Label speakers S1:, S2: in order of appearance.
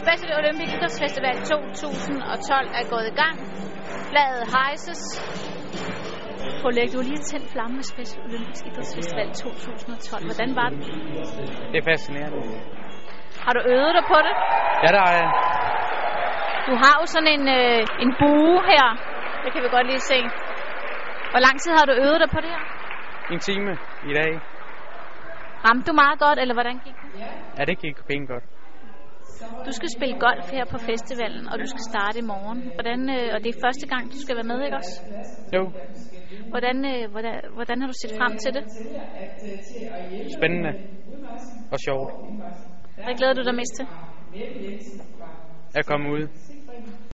S1: Special Olympic Idrætsfestival 2012 er gået i gang. Flaget hejses. Prøv at du har lige tændt flamme med Special Olympic Idrætsfestival 2012. Hvordan var det?
S2: Det er fascinerende.
S1: Har du øvet dig på det?
S2: Ja, der er
S1: Du har jo sådan en, øh, en bue her. Det kan vi godt lige se. Hvor lang tid har du øvet dig på det her?
S2: en time i dag.
S1: Ramte du meget godt, eller hvordan gik det?
S2: Ja, det gik pænt godt.
S1: Du skal spille golf her på festivalen, og du skal starte i morgen. Hvordan, øh, og det er første gang, du skal være med, ikke også?
S2: Jo,
S1: Hvordan, øh, hvordan, hvordan har du set frem til det?
S2: spændende og sjovt
S1: Hvad glæder du dig mest til?
S2: at komme ud.